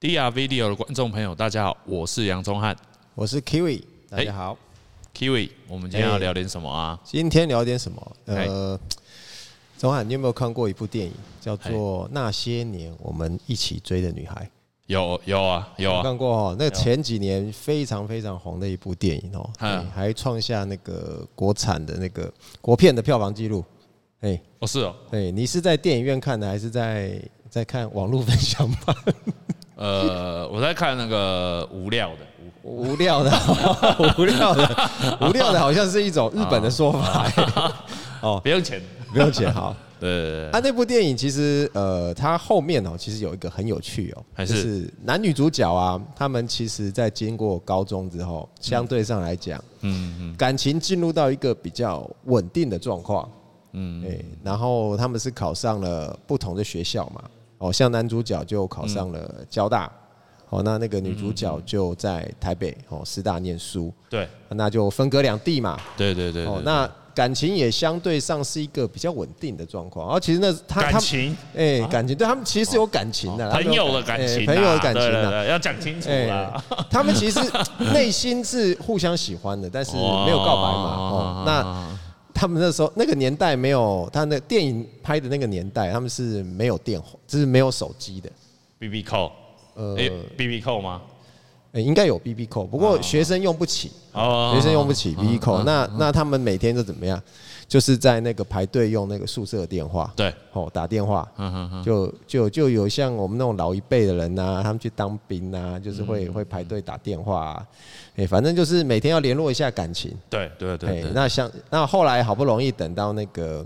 DR Video 的观众朋友，大家好，我是杨宗汉我是 Kiwi，大哎家好。 Kiwi。我们今天要哎聊点什么啊？今天聊点什么？哎呃，钟汉，你有没有看过一部电影叫哎做《那些年我们一起追的女孩有有啊》？有我啊，看过哦，那前几年非常非常红的一部电影哦，嗯哎还创下那个国产的那个国片的票房纪录。哎，哦是哦，对，你是在电影院看的，还是在在看网络分享版？ 呃，我在看那个 无聊的，无聊的， 无聊的，无聊的，好像是一种日本的说法。啊哎无不用钱，不用钱，好。对对对对，啊，那部电影其实呃，它后面哦，其实有一个很有趣哦，还就是是男女主角啊，他们其实在经过高中之后，相对上来讲，嗯嗯，感情进入到一个比较稳定的状况，嗯，哎，然后他们是考上了不同的学校嘛，哦，像男主角就考上了交大，哦，那那个女主嗯角就在台北哦师大念书，对那就分隔两地嘛，对对对哦对，，那感情也相对上是一个比较稳定的状况，然哦后其实那他他感们情，哎、感情对他们其实是有感情的啦，他啊朋们有友的感情啊，哎朋友的感情哎对对的。对，要讲清楚啦，他们其实内心是互相喜欢的，但是没有告白嘛。啊哦，那那他们那时候那个年代没有，他那电影拍的那个年代，他们是没有电话，就是没有手机的。 B B 扣，呃，哎 B B 扣吗？哎应该有 B B 扣，不啊过学生用不起，哦学生用不起 B B 扣。啊那那他们每天都怎么样？就是在那个排队用那个宿舍的电话，对，哦，打电话，嗯嗯嗯，就就就有像我们那种老一辈的人呐、他们去当兵呐、就是嗯会、会排队打电话、啊，哎、反正就是每天要联络一下感情。对对对哎对，那像那后来好不容易等到那个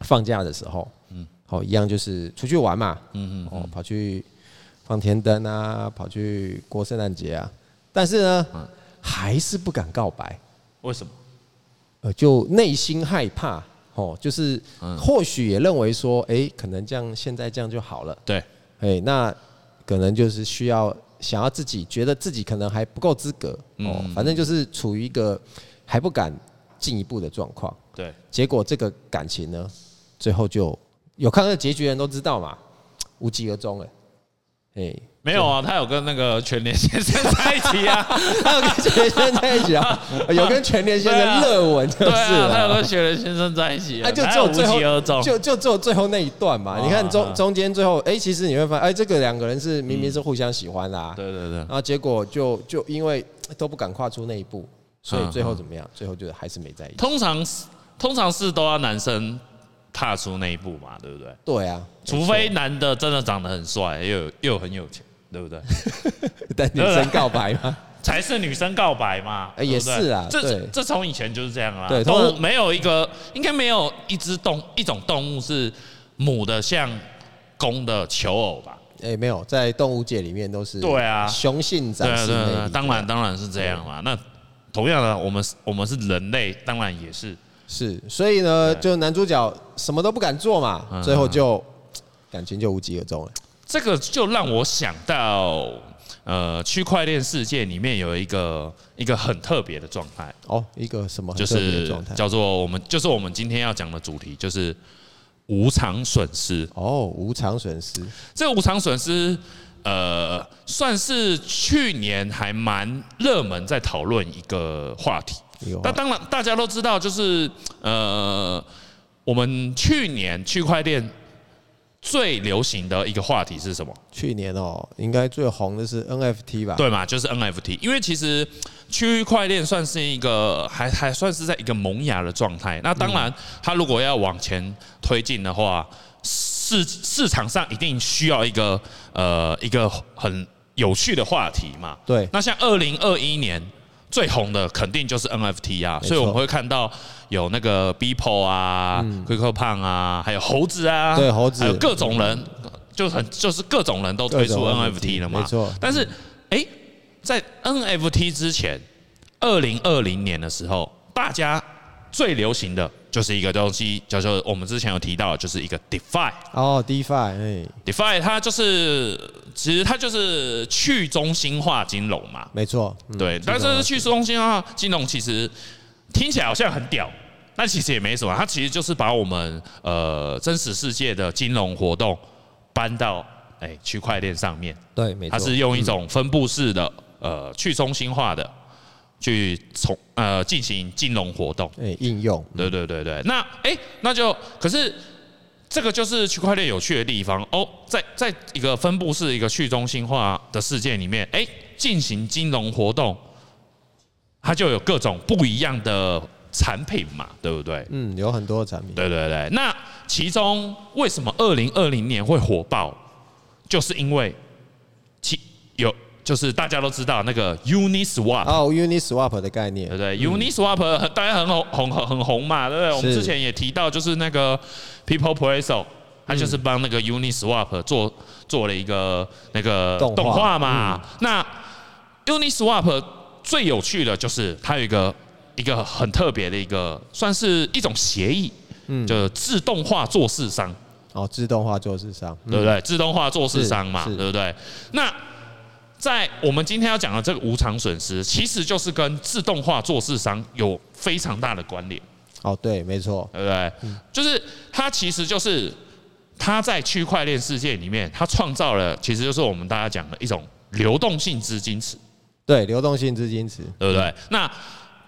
放假的时候，嗯，哦，一样就是出去玩嘛，嗯嗯，哦，跑去放天灯啊，跑去过圣诞节啊，但是呢，嗯还是不敢告白，为什么？呃，就内心害怕。哦，就是嗯或许也认为说，哎、可能这样现在这样就好了，对，哎，那可能就是需要想要自己觉得自己可能还不够资格哦，嗯反正就是处于一个还不敢进一步的状况。对，结果这个感情呢，最后就有看到结局的人都知道嘛，无疾而终了。哎，没有啊，他有跟那个全联先生在一起啊， 他有跟全先生在一起啊，有跟全连先对啊生热 吻就是对啊，他有了。跟全联先生在一起啊，啊，就哪只有有无最疾而终后，，就就只有最后那一段嘛。你看啊啊中中间最后，哎，其实你会发现，哎，这个两个人是明明是互相喜欢啦，嗯对对对然，后结果就就因为都不敢跨出那一步，所以嗯最后怎么样？最后就还是没在一起。通常是通常是都要男生踏出那一步嘛，对不对？对啊，除非男的真的长得很帅，又有又很有钱，对 不对？等女生告白 嘛。才是女生告白嘛，哎对不也对是啊这对这从以前就是这样啊，对通都常没有一个，应该没有一只动一种动物是母的像公的求偶吧？哎，没有，在动物界里面都是对啊雄性对展啊示对啊对魅啊力，，当然当然是这样嘛。那同样的，我们是我们是人类，当然也是是。所以呢，就男主角什么都不敢做嘛，嗯最后就感情就无疾而终了。这个就让我想到，呃，区块链世界里面有一个一个很特别的状态，哦，一个什么很就特别的是状态？叫做我们就是我们今天要讲的主题，就是无偿损失。哦，无偿损失。这个无偿损失，呃，算是去年还蛮热门在讨论一个话题。一个话那当然大家都知道，就是呃，我们去年区块链最流行的一个话题是什么？去年哦，应该最红的是 NFT 吧？对嘛，就是 NFT，因为其实区块链算是一个还还算是在一个萌芽的状态。那当然，它如果要往前推进的话，市市场上一定需要一个呃一个很有趣的话题嘛。对那像二零二一年最红的肯定就是 NFT 啊，没错所以我们会看到有那个 Beeple 啊、QQ 胖啊，还有猴子啊，嗯对猴子还有各种人，就很就是各种人都推出各种 NFT 了嘛。没错但是，哎、在 NFT 之前，二零二零年的时候，大家最流行的就是一个东西，叫做我们之前有提到，就是一个 DeFi。哦，DeFi，哎， DeFi 它就是，其实它就是去中心化金融嘛。没错，嗯对，但是去中心化金融其实听起来好像很屌，但其实也没什么，它其实就是把我们呃真实世界的金融活动搬到哎、区块链上面，对，没它错，是用一种分布式的、呃去中心化的去从呃进行金融活动。哎、应用对对对对，那哎、那就可是这个就是区块链有趣的地方哦，在在一个分布式、一个去中心化的世界里面，哎、进行金融活动，它就有各种不一样的产品嘛，对不对？嗯，有很多的产品，对对对，那其中为什么二零二零年会火爆，就是因为其有就是大家都知道那个 Uniswap。哦，Uniswap 的概念对，不对？Uniswap 很大家很红红很很红嘛，对不对？我们嗯是之前也提到，就是那个 People Preso，他就是嗯帮那个 Uniswap 做做了一个那个动画嗯动画嘛。那 Uniswap 最有趣的就是它有一个一个很特别的一个，算是一种协议，嗯，就是自动化做市商。哦，自动化做市商，对不对？自动化做市商嘛，嗯是是对不对？那在我们今天要讲的这个无偿损失，其实就是跟自动化做市商有非常大的关联，哦，对，没错，对不对？嗯就是它其实就是它在区块链世界里面，它创造了，其实就是我们大家讲的一种流动性资金池，对，流动性资金池，对不对？那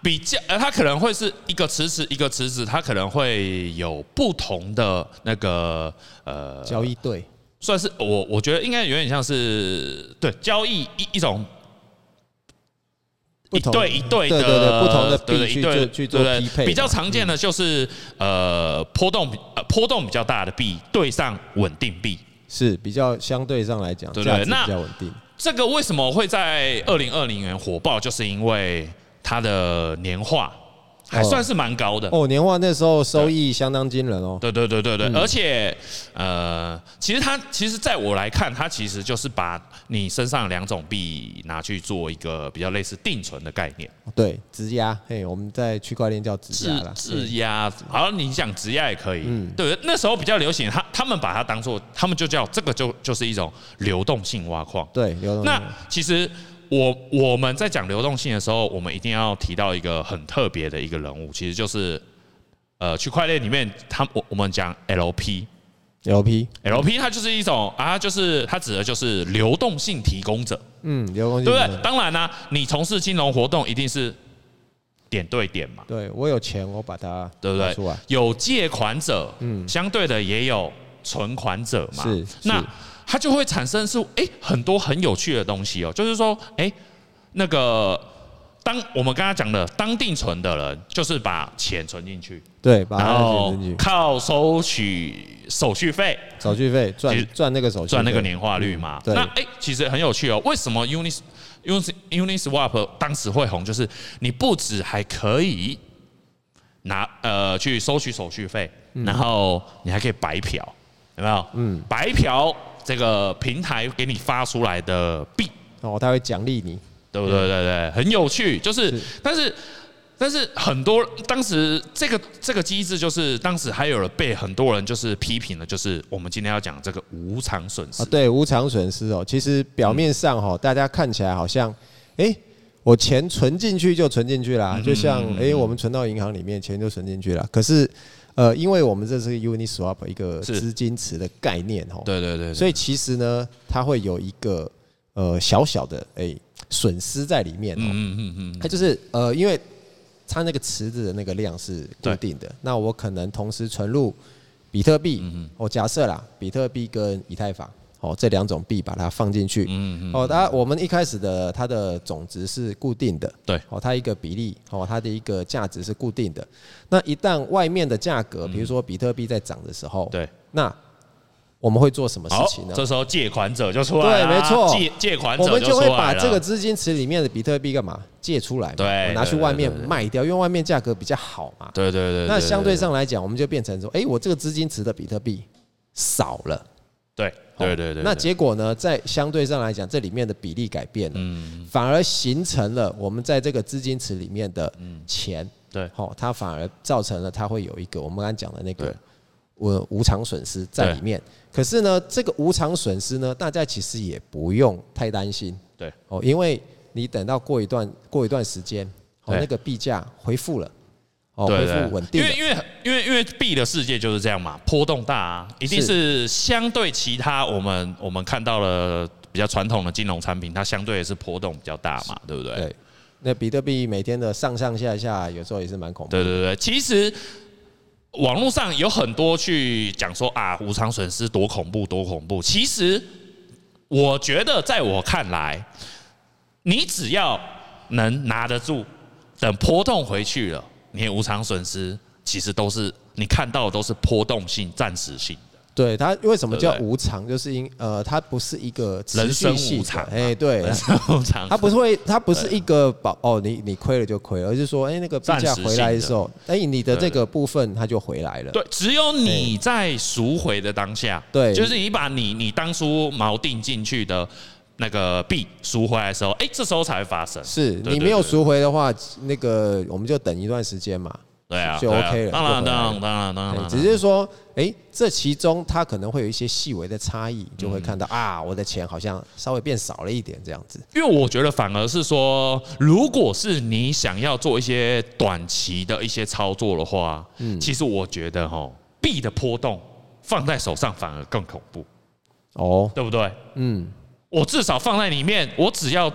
比较，呃，它可能会是一个池子，一个池子，它可能会有不同的那个呃交易对，算是我我觉得应该有点像是对交易一一种不一同对一对对的对对不同的对对币一去对做去做对匹配嘛，嗯比较常见的就是呃波动比呃波动比较大的币对上稳定币，是比较相对上来讲，对对价值那比较稳定，这个为什么会在二零二零年火爆，就是因为它的年化还算是蛮高的。哦哦，年化那时候收益相当惊人哦，对对对对对，而且呃，其实它其实在我来看，它其实就是把你身上两种币拿去做一个比较类似定存的概念。对，质押，嘿，我们在区块链叫质啊质押啦，嗯质押，好，你讲质押也可以，对，那时候比较流行，他他们把它当做，他们就叫这个就就是一种流动性挖矿。对，流动性那其实我我们在讲流动性的时候，我们一定要提到一个很特别的一个人物，其实就是呃区块链里面，他我我们讲 LP。 LP， LP 它就是一种啊，就是它指的就是流动性提供者，嗯，流动性对不质押，对？当然啦、你从事金融活动一定是点对点嘛，对我有钱，我把它对不拿出对来？嗯有借款者，相对的也有存款者嘛，是那是它就会产生是诶很多很有趣的东西哦，就是说诶那个当我们刚刚讲的当定存的人，就是把钱存进去，对，把然它后选啊进去，靠收取手续费手续费其实赚赚那个手续费，赚那个年化率嘛。对那诶其实很有趣哦，为什么 Unis Unis Uniswap 当时会红，就是你不止还可以拿呃去收取手续费，嗯然后你还可以白嫖，有没有？嗯，白嫖这个平台给你发出来的币，哦，他会奖励你，对不对？对对，很有趣，就是是但是。但是很多当时这个这个机制，就是当时还有了被很多人就是批评的，就是我们今天要讲这个无偿损失啊，。对，无偿损失哦。其实表面上嗯哈、哦，大家看起来好像，哎、我钱存进去就存进去嗯啦，就像哎、诶我们存到银行里面，钱就存进去了。可是，呃，因为我们这是 Uniswap 一个是资金池的概念哦，对对对对所以其实呢，它会有一个呃小小的哎损、失在里面哦。嗯嗯嗯嗯，它就是呃，因为它那个池子的那个量是固定的，那我可能同时存入比特币，嗯哦，假设啦，比特币跟以太坊，哦，这两种币把它放进去，嗯哦，当然我们一开始的它的总值是固定的，对哦，它一个比例，哦，它的一个价值是固定的，那一旦外面的价格，比如说比特币在涨的时候，，嗯对。那我们会做什么事好情，呢？这时候借款者就出来了，对没错借借款我者们就出会来把了这个资金池里面的比特币干嘛借出来嘛，对我拿去对外对面对对卖掉，因为外面价格比较好嘛。对对对，那相对上来讲，我们就变成说，哎，我这个资金池的比特币少了。对对对对，那对结果呢，在相对上来讲，这里面的比例改变了，嗯反而形成了我们在这个资金池里面的钱，嗯对好，它反而造成了它会有一个我们刚才讲的那个对我无偿损失在里面。可是呢，这个无偿损失呢，大家其实也不用太担心，对哦，因为你等到过一段过一段时间，哦，对那个币价恢复了，哦，对恢对，复稳定因的为因为因为因为 B 的世界就是这样嘛，波动大、啊，一定是相对其他我们我们看到了比较传统的金融产品，它相对也是波动比较大嘛，对不对？对。那比特币每天的上上下下，有时候也是蛮恐怖对的。对对，其实网络上有很多去讲说啊，无偿损失多恐怖多恐怖。其实我觉得，在我看来，你只要能拿得住，等波动回去了，你的无偿损失其实都是你看到的都是波动性、暂时性。对它为什么叫对不无常，就是因呃，它不是一个持人续生性无的常啊，哎，对， 人生无常，啊它不是会，它不是一个保哦，你你亏了就亏了，而是说，哎、那个币价暂时性回来的时候，哎、你的这对个部分它就回来了。对，只有你在赎回的当下，对就是你把你你当初锚定进去的那个币赎回来的时候，哎、这时候才会发生。是对你没有，赎回的话，那个我们就等一段时间嘛。对对对啊，就对啊 OK 了当然，就当回来了然，当然，当哎然，只是说，哎、这其中它可能会有一些细微的差异，嗯就会看到、啊，我的钱好像稍微变少了一点这样子。因为我觉得反而是说，如果是你想要做一些短期的一些操作的话，嗯，其实我觉得哈，币的波动放在手上反而更恐怖，哦，对不对？嗯，我至少放在里面，我只要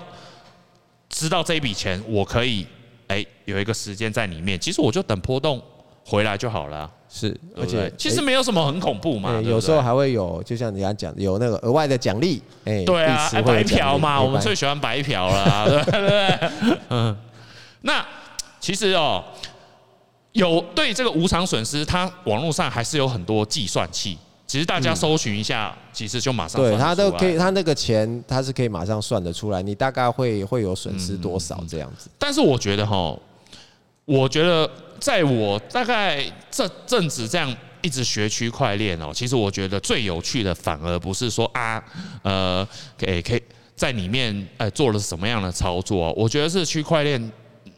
知道这一笔钱，我可以哎、有一个时间在里面，其实我就等波动回来就好了啊、是，对而不对且其实没有什么很恐怖嘛，哎对不对有时候还会有，就像你刚讲的，有那个额外的奖励，哎、对币啊，池哎会有白奖励嫖嘛，哎我们白最喜欢白嫖了 啊、对不对？嗯，那其实哦，有对这个无偿损失，它网络上还是有很多计算器，其实大家搜寻一下，其实就马上嗯对算得他都出来可以，他那个钱他是可以马上算得出来，你大概会会有损失多嗯少这样子。但是我觉得哈，我觉得在我大概这阵子这样一直学区块链哦，其实我觉得最有趣的反而不是说啊，呃，给可以在里面呃做了什么样的操作、哦，我觉得是区块链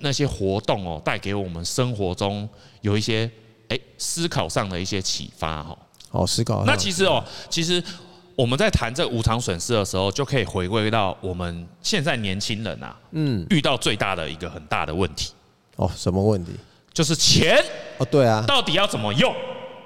那些活动哦，带给我们生活中有一些哎思考上的一些启发哈、哦。哦，思考那其实哦，其实我们在谈这无偿损失的时候，就可以回归到我们现在年轻人啊，嗯，遇到最大的一个很大的问题，哦什么问题？就是钱哦，对啊，到底要怎么用，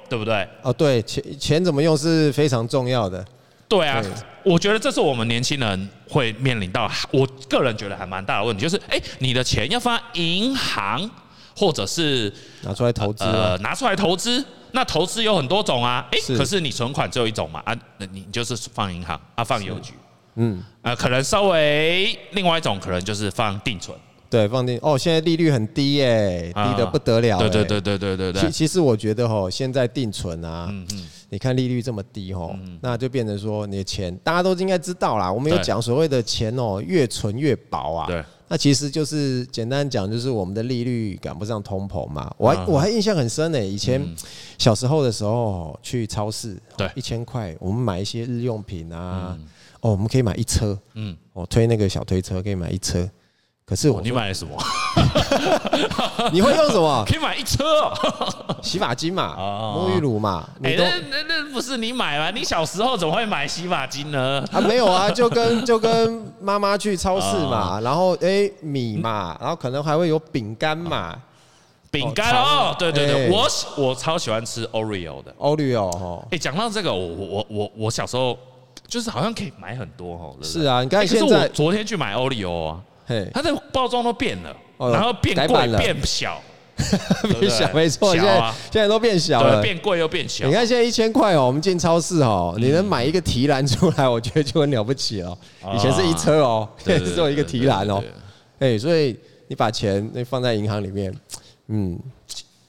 对不对？哦对，钱钱怎么用是非常重要的。对啊对，我觉得这是我们年轻人会面临到，我个人觉得还蛮大的问题，就是哎、你的钱要放在银行或者是拿出来投资啊、呃拿出来投资。那投资有很多种啊，哎、是可是你存款只有一种嘛，啊，那你你就是放银行啊，放邮局，嗯，呃，可能稍微另外一种可能就是放定存，对，放进哦，现在利率很低耶、啊低的不得了、对对。对对对对嗯其对，其实我觉得哦，现在定存啊，你看利率这么低哦，那就变成说你的钱大家都应该知道啦。我们嗯有对讲所谓的钱哦，越存越薄啊。对，那其实就是简单讲，就是我们的利率赶不上通膨嘛。我还、嗯我还印象很深呢、以前小时候的时候去超市，对嗯一千块我们买一些日用品啊，哦，我们可以买一车，嗯，哦，推那个小推车可以买一车。可是我、哦你买了 什么？你会用什 么？可以买一车哦。洗发精嘛，哦沐浴乳嘛，哎你，都、那那那不是你买吗？你小时候怎么会买洗发精呢？啊没有 啊，就跟就跟妈妈去超市啊嘛，然后哎、米嘛，然后可能还会有饼干嘛，饼干哦哦，对对对，哎我喜我超喜欢吃 Oreo 的。 Oreo 哦，哎，讲到这个，我我我我小时候就是好像可以买很多哦，对不对是啊，你看哎可是现我在，昨天去买 Oreo 啊，嘿。它的包装都变了，哦然后变改版贵了变小， 对不变对小，没错，现小在啊，现在都变小对，了。变贵又变小嗯你。看现在一千块哦，我们进超市哦，你能买一个提篮出来，我觉得就很了不起了。以前是一车哦，对现啊对在对 只有一个提篮哦对对。对哎，所以你把钱那放在银行里面，嗯，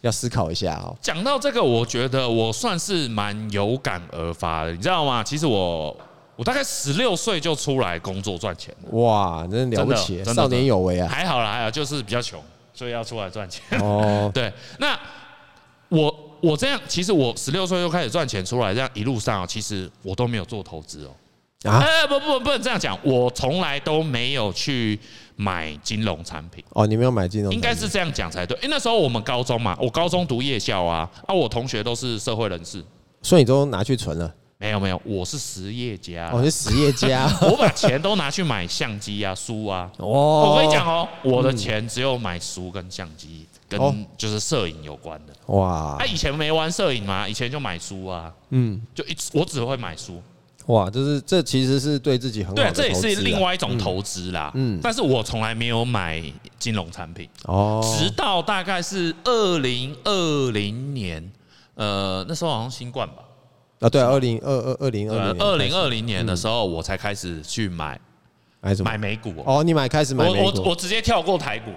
要思考一下哦。讲到这个，我觉得我算是蛮有感而发的，你知道吗？其实我我大概十六岁就出来工作赚钱了，哇，真的了不起，真的真的少年有 为啊！还好啦，还好，就是比较穷，所以要出来赚钱。 哦，对，那我我这样，其实我十六岁就开始赚钱出来，这样一路上哦，其实我都没有做投资哦。啊，哎，不不不能这样讲，我从来都没有去买金融产品。哦，你没有买金融产应品，该是这样讲才对。因为那时候我们高中嘛，我高中读夜校啊，啊，我同学都是社会人士，所以你都拿去存了。哦没有没有，我是实业家啦，我是实业 家我把钱都拿去买相机啊、书啊。 哦我跟你讲哦，我的钱只有买书跟相机，跟哦啊就是摄影有关的。哇他、以前没玩摄影嘛，以前就买书啊，嗯就一直我只会买书。哇，就是这其实是对自己很好对的啊，投资啊，这也是另外一种投资啦。嗯嗯，但是我从来没有买金融产品，哦，直到大概是二零二零年，呃，那时候好像新冠吧，啊对啊，二零二二二零二呃零，嗯二零二零年的时候，我才开始去买买什么买？美股哦。哦，你买开始买我美我股我直接跳过 台股，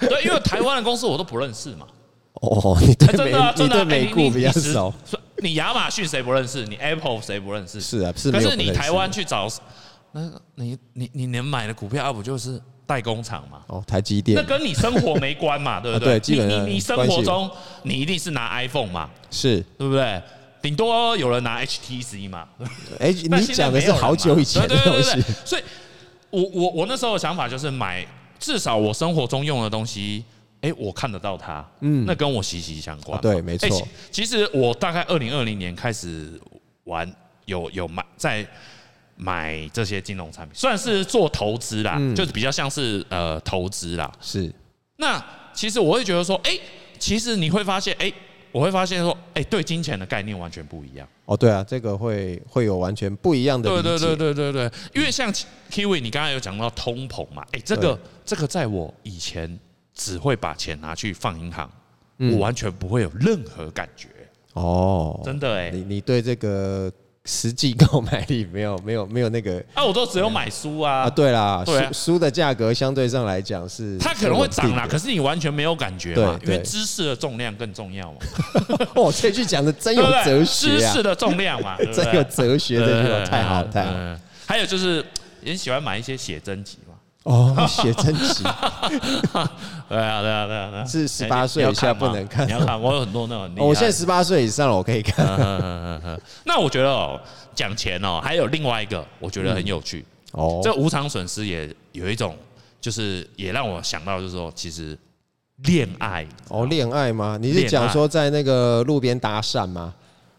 对，因为台湾的公司我都不认识嘛。哦，你哎对真美的啊你真的啊对哎美股比较熟，。你你你你亚马逊谁不认识？你 Apple 谁不认识？是啊，是可没有是不认识。你台湾去找，那个你你你能买的股票，啊不就是代工厂嘛？哦，台积那电跟你生活没关嘛，对不啊对对？基你本上你你生关系活中你一定是拿 iPhone 嘛，是对不对？顶多有人拿 HTC 嘛，哎，但你现在讲的没是有了嘛好久以前的对对东对对西对，所以我我我那时候的想法就是买，至少我生活中用的东西，哎、我看得到它，嗯，那跟我息息相关嘛、啊对没错诶其其实我大概二零二零年开始玩，有有买在。买这些金融产品，算是做投资啦，嗯就是比较像是呃投资啦。是那其实我会觉得说，哎、其实你会发现，哎、我会发现说，哎、对金钱的概念完全不一样。哦，对啊，这个会会有完全不一样的理对解。对对对对对，因为像 Kiwi，你刚才有讲到通膨嘛，哎、这个这个在我以前只会把钱拿去放银行，我完全不会有任何感觉，嗯哦，真的哎、你你对这个实际购买力没有 没有没有那个啊，我都只有买书啊？啊，对啦，对啊书书的价格相对上来讲是它可能会涨啦，是可是你完全没有感觉嘛，对因为对知识的重量更重 要嘛，稳定 的。哦，这句讲的真对不有对？哲知学啊识，的重量 嘛，对不对真有哲学，这句话太好对太好。嗯还有就是，也喜欢买一些写真集嘛。哦，写 真集对啊，对啊，对啊，对啊是哎18岁你要以下看吗不能看哦你要看，我有很多那种很厉害的。我现在十八岁以上了，我可以看。 那我觉得哦，讲钱哦，还有另外一个我觉得很有趣，哦，这无偿损失也有一种，就是也让我想到，就是说，其实恋爱哦，恋爱吗？你是恋讲爱说在那个路边搭讪吗？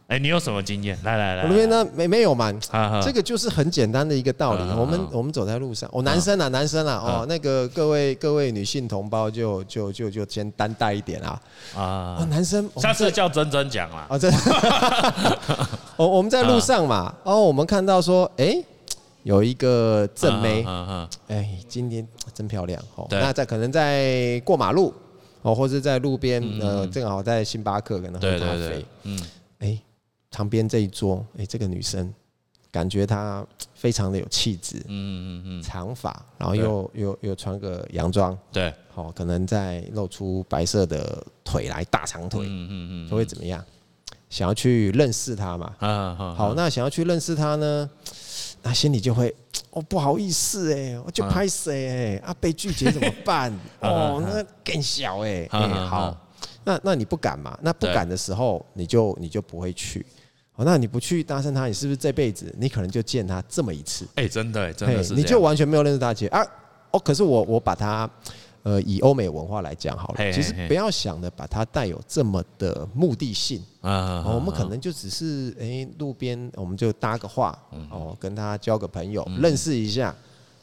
哎，你有什么经验？来来来，路边呢没没有嘛？啊，这个就是很简单的一个道理嗯。嗯我们嗯我们走在路上，哦，男生啊，男生啊，哦，那个各位各位女性同胞就就就就先担待一点啊。个啊哦，，男生，我下们在次叫珍珍讲啦。哦，这， 我我们在路上嘛，哦，我们看到说，哎，有一个正妹，嗯嗯哎，今天真漂亮哦。对那在可能在过马路哦，或是在路边，呃，正好在星巴克可能喝嗯对咖对啡对，，嗯，哎，旁边这一桌，哎，这个女生感觉她非常的有气质，嗯嗯嗯，长发，然后又又又穿个洋装，对，好、可能再露出白色的腿来，大长腿，嗯嗯就会怎么样？想要去认识她嘛？嗯，啊，好，那想要去认识她呢，那心里就会哦不好意思哎、我就嗯拍谁哎啊被拒绝怎么 办？哦，那更小哎、哎、嗯嗯好，那那你不敢嘛？那不对敢的时候，你就你就不会去。好，那你不去搭讪她，你是不是这辈子你可能就见她这么一次？哎，真的，真嘿，的是，你就完全没有认识大姐啊。哦，可是我我把它，呃，以欧美文化来讲好了，嘿嘿其实嘿不要想的把它带有这么的目的性。啊哦，我们可能就只是诶路边我们就搭个话，嗯哦，跟他交个朋友，认识一下。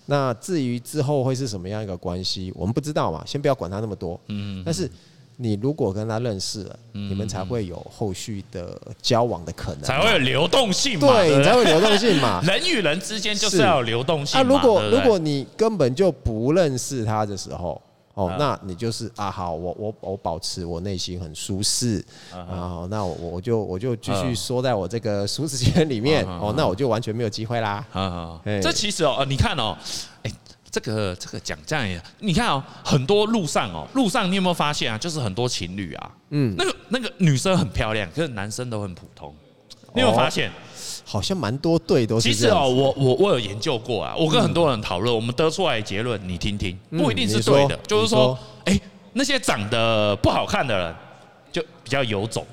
那至于之后会是什么样一个关系，我们不知道嘛，先不要管他那么多。嗯，但是你如果跟他认识了，你们才会有后续的交往的可能嗯嘛，才会有流动性嘛，对，不你才会流动性 嘛。人与人之间就是是要有流动性啊，嘛。如果对不如对果你根本就不认识他的时候，哦，那你就是啊，好，我我我保持我内心很舒适，啊，好那我我就我就继续嗯缩在我这个舒适圈里面，哦，那我就完全没有机会啦。啊，哎这其实哦，呃你看哦，哎，这个这个讲这样也，你看哦，很多路上哦，路上你有没有发现啊？就是很多情侣啊，嗯，那个那个女生很漂亮，可是男生都很普通。你有没有发现？好像蛮多对都其是实这样哦，子。我我我有研究过啊，我跟很多人讨论，我们得出来的结论，嗯你听听，不一定是对的你说。就是说你说，哎，那些长得不好看的人，就比较有种。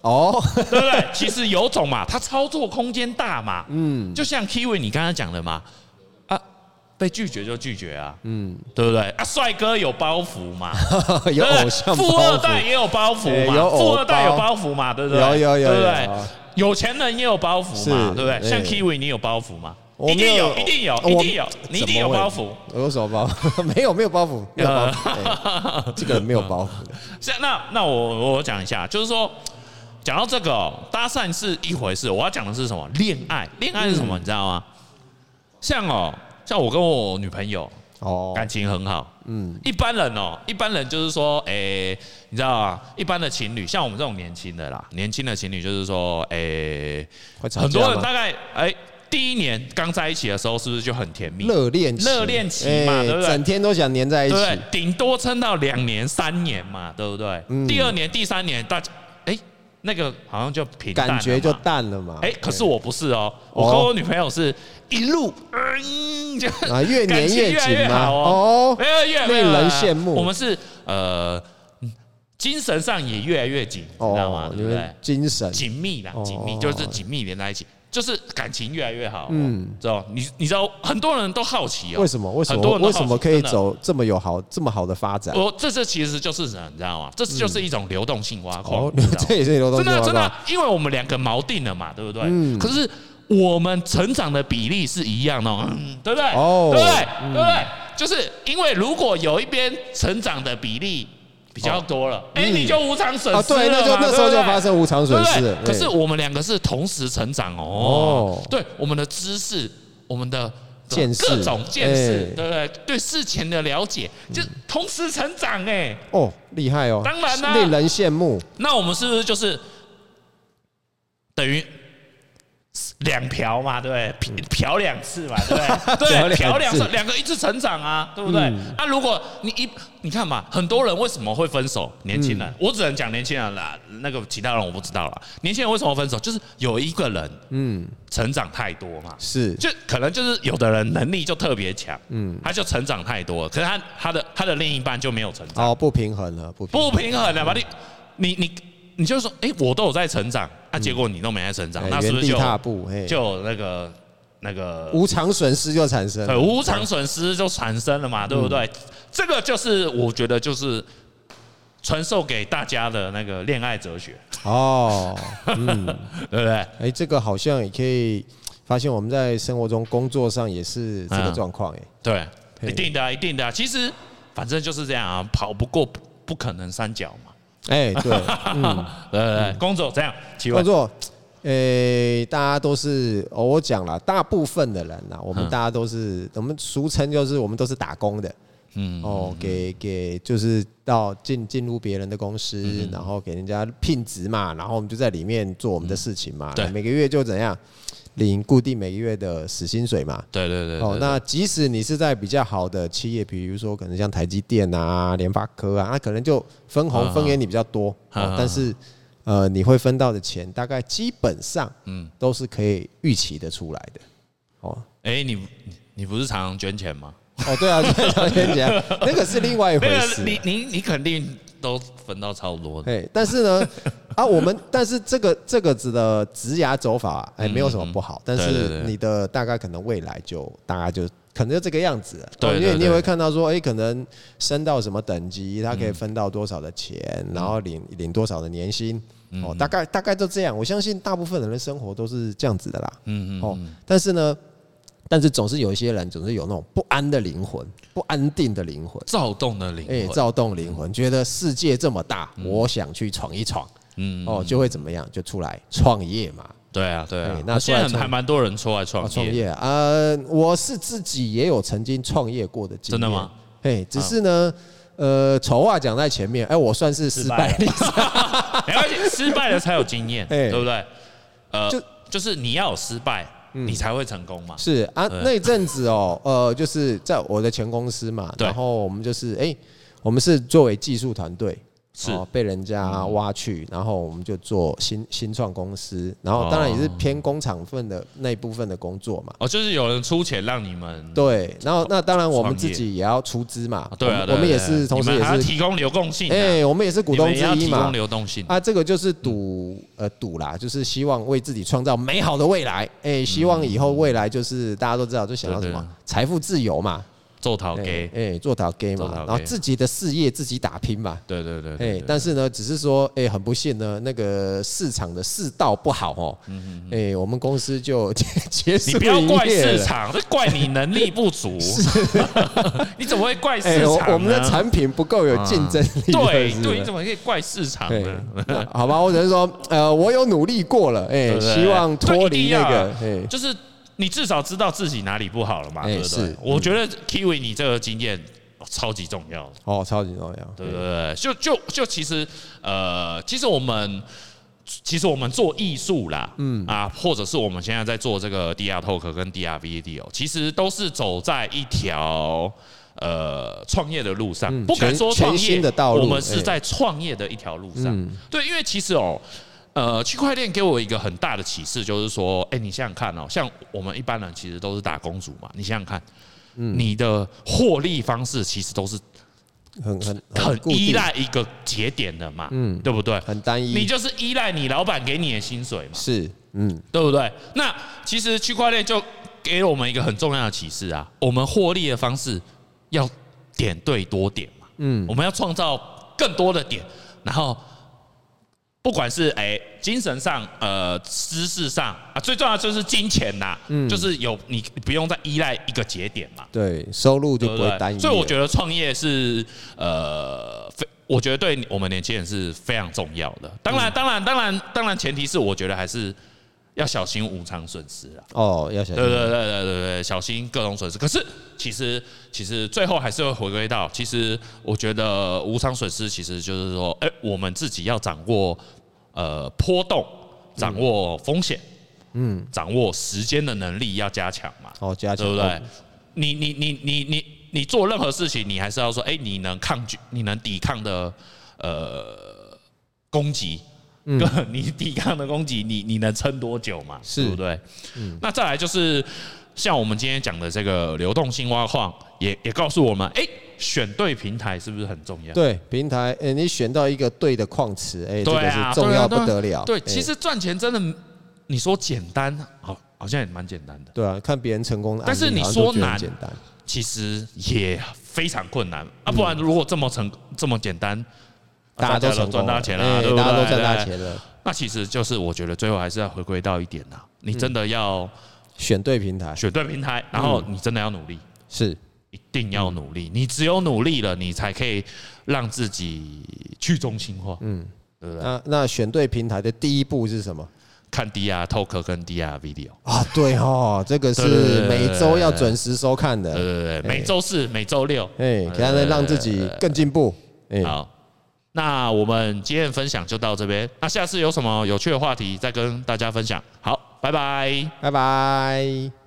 哦， 对不对？其实有种嘛，它操作空间大嘛。嗯，就像 Kiwi 你刚刚讲的嘛，啊，被拒绝就拒绝啊，嗯，对不对？啊，帅哥有包袱嘛， 对有不对偶像包富二代袱，也有包袱嘛，哎有偶富二代有包包袱嘛，对不对？有有有对不对有有？有钱人也有包袱是嘛，对不对？像哎 Kiwi 你有包袱吗？我一定没有，有哦一定有，我一定有，你一怎定么有会包袱。我有什么包袱？ 没有没有包袱，没有包啊袱，哎这个人没有包袱的，是啊那那我我讲一下，就是说，讲到这个、哦、搭讪是一回事，我要讲的是什么？恋爱，恋爱是什嗯么？你知道吗？像哦，像我跟我女朋友哦，感情很好，嗯，一般人哦，一般人就是说，诶、你知道啊，一般的情侣，像我们这种年轻的啦，年轻的情侣就是说，诶、会吵很多架人吗大概哎、第一年刚在一起的时候，是不是就很甜蜜？热恋期热恋期嘛哎对不对整天都想黏在一对不起对，？顶多撑到两年、三年嘛，对不对？嗯第二年、第三年，大家哎，那个好像就平淡了嘛感觉就淡了嘛。哎，可是我不是哦，哦我跟我女朋友是一路嗯，就啊越黏感情越越来紧越吗好哦哦，没有越来越令人好啊羡慕我们是呃，精神上也越来越紧，你知道吗哦，？对你不对们？精神紧密啦，哦紧密就是紧密连在一起，就是感情越来越好、嗯嗯，知道？你你知道很多人都好奇哦、为什么？为什很多么？人都为好奇什么可以？真的哦走这么有好这么好的发展？我这这其实就是人，你知道吗？这就是一种流动性挖矿，你知 道吗哦这也是嗯流动真性的广真的告，，因为我们两个锚定了嘛，对不对？嗯可是我们成长的比例是一样的哦，嗯对不对？哦对不对？嗯对不对？就是因为如果有一边成长的比例比较多了，哎，嗯你就无偿损啊，失了嘛，对，那就那时候对不对就发生无偿对损不失对了。？可是哎我们两个是同时成长哦哦。对，我们的知识，我们的见识各种见识哎，嗯对不对？对事情的了解，就同时成长哎。哦，厉害哦，当然啦令人羡慕。那我们是不是就是等于？两瓢嘛，对不对？瓢两次 嘛，对不对？对，瓢瓢两两次次，两个一次成长啊，对不对？嗯啊，如果你一你看嘛，很多人为什么会分手？年轻嗯人，我只能讲年轻人啦，那个其他人我不知道啦。年轻人为什么分手？就是有一个人嗯，成长太多嘛，是就可能就是有的人能力就特别强，嗯，他就成长太多了，可是他他的他的另一半就没有成长，哦，不平衡了，不平衡不平衡了吧？你你你你就说，哎，我都有在成长，那结果你都没在成长，嗯哎那是原不是地就踏有步，哎，就有那个那个无偿损失就产生对了。无偿损失就产生了嗯嘛，对不对？这个就是我觉得就是传授给大家的那个恋爱哲学，哦，对不对？哎，这个好像也可以发现，我们在生活中、工作上也是这个嗯状况，哎，对，嘿一定的啊，一定的啊。其实反正就是这样啊，跑不过不不可能三角嘛。哎， 对，嗯。对对对，工作这样，奇怪工，作，诶、大家都是、哦我讲了，大部分的人啊呐，我们嗯大家都是，我们俗称就是我们都是打工的，嗯，哦，给给就是到进进入别人的公司，嗯然后给人家聘职嘛，然后我们就在里面做我们的事情嘛，嗯对每个月就怎样领固定每个月的死薪水嘛，对对对，哦对，那即使你是在比较好的企业，比如说可能像台积电啊、联发科啊，它可能就分嗯红嗯分给你比较多，嗯嗯哦但是呃，你会分到的钱大概基本上嗯嗯都是可以预期的出来的。哦哎，你你你不是常常捐钱吗？哦，对啊，对啊，先讲那个是另外一回 那事个啊。你你你肯定都分到差不多的，哎，但 是呢，啊，我们但是这个这个子的职涯走法啊，哎，没有什么不好，但嗯对是对对你的大概可能未来就大概就可能就这个样子了，对哦对因为对你也会看到说，哎，可能升到什么等级，他可以分到多少的钱，嗯然后领领多少的年薪，哦，大概大概就这样，我相信大部分人的生活都是这样子的啦，嗯嗯哦，但是呢。但是总是有一些人，总是有那种不安的灵魂，不安定的灵魂。躁动的哎、灵魂，躁动灵魂，觉得世界这么大，我想去闯一闯，嗯，哦，就会怎么样？就出来创业嘛，对啊对啊哎，那现在出很来还蛮多人出来啊创 创业，业啊。呃，我是自己也有曾经创业过的经真验，的吗？哎，只是呢，呃，丑话讲在前面，哎、我算是失败失例，没关系，失败了才有经验， 哎对不对？呃就，嗯就是你要有失败，你才会成功嘛。 是啊，那一阵子哦，呃，就是在我的前公司嘛，对然后我们就是哎、我们是作为技术团队，是嗯哦被人家挖去，然后我们就做新新创公司，然后当然也是偏工厂份的那一部分的工作嘛。哦，就是有人出钱让你们对，然后那当然我们创业自己也要出资嘛啊，对啊，我对啊们我们也对啊是，同时你也们还要是，提供流动性啊，哎，我们也是股你东们之也要一提嘛供，流动性，啊，这个就是赌，呃，赌啦，就是希望为自己创造美好的未来。哎、希望以后未来就是大家都知道，就想要什嗯对么对财富自由嘛，做陶哎、给，哎做到 gay 做嘛陶，gay 然后自己的事业自己打拼嘛。对对对，哎、对对但是呢，只是说，哎、很不幸呢，那个市场的世道不好哦，哎、我们公司就结 结嗯你束不要营怪业市了。场，这怪你能力不足。 你怎么会怪市哎、场我呢？啊我们的产品不够有竞争 力、对是不是对，你怎么可以怪市场对呢？，那好吧，我只能说，呃，我有努力过了，哎、对不对希望脱离那个，哎、对一定要啊就是你至少知道自己哪里不好了嘛，对哎不对是？我觉得 Kiwi 你这个经验超级重要，哦，超级重要，对不对？就就就其实呃，其实我们。其实我们做艺术啦，嗯啊，或者是我们现在在做这个 DR Talk 跟 DR Video，其实都是走在一条呃创业的路上，不敢嗯全说创全业新的道路我们是哎嗯在创业的一条路上。对，因为其实哦，呃，区块链给我一个很大的启示，就是说，哎，你想想看哦，像我们一般人其实都是打工族嘛，你想想看，嗯你的获利方式其实都是很很很固定依，赖一个节点的嘛，嗯，对不对？很单一，你就是依赖你老板给你的薪水嘛，是嗯，对不对？那其实区块链就给了我们一个很重要的启示啊，我们获利的方式要点对多点嘛，嗯，我们要创造更多的点，然后不管是哎、精神上、呃知识上啊，最重要的就是金钱呐、嗯，就是有你不用再依赖一个节点嘛，对，收入就对不不会单对？一，所以我得，觉得创业是呃非。我觉得对我们年轻人是非常重要的。当嗯然，当然，当然，当然，前提是我觉得还是要小心无偿损失啊。哦，要小对心，对对对对对，小心各种损失。可是其实其实最后还是会回归到，其实我觉得无偿损失其实就是说，哎、我们自己要掌握呃波动，掌握风险，嗯，掌握时间的能力要加强嘛，哦，加强，对不哦对？你你你你你你做任何事情，你还是要说，哎、你能抗拒，你能抵抗的呃攻击， 嗯，你抵抗的攻击，你你能撑多久嘛？是嗯对不对？那再来就是像我们今天讲的这个流动性挖矿，也也告诉我们，哎、选对平台是不是很重要？对平台，哎、你选到一个对的矿池，哎、这对个啊，是重对啊要对啊不得了。对，哎其实赚钱真的，你说简单，好，好像也蛮简单的。对啊，看别人成功的案但例，是你好像说都觉得很难简单，其实也非常困难啊！不然如果这么成这么简单，大家都都成赚功啊大了钱哎了，对不对？大家都赚对大。钱了，那其实就是我觉得最后还是要回归到一点呐，你嗯真的要选对平台选对平台，然后你真的要努力，是一定要努力。你只有努力了，你才可以让自己去中心化。嗯，对不对？那那选对平台的第一步是什么？看 DR Talk 跟 DR Video，啊，对哦，这个对对对是对每对周对要对准时收看的。对对对，每周四、每周六，哎，给他们让自己更进步。哎，好，那我们今天的分享就到这边。那下次有什么有趣的话题再跟大家分享。好，拜拜。拜拜。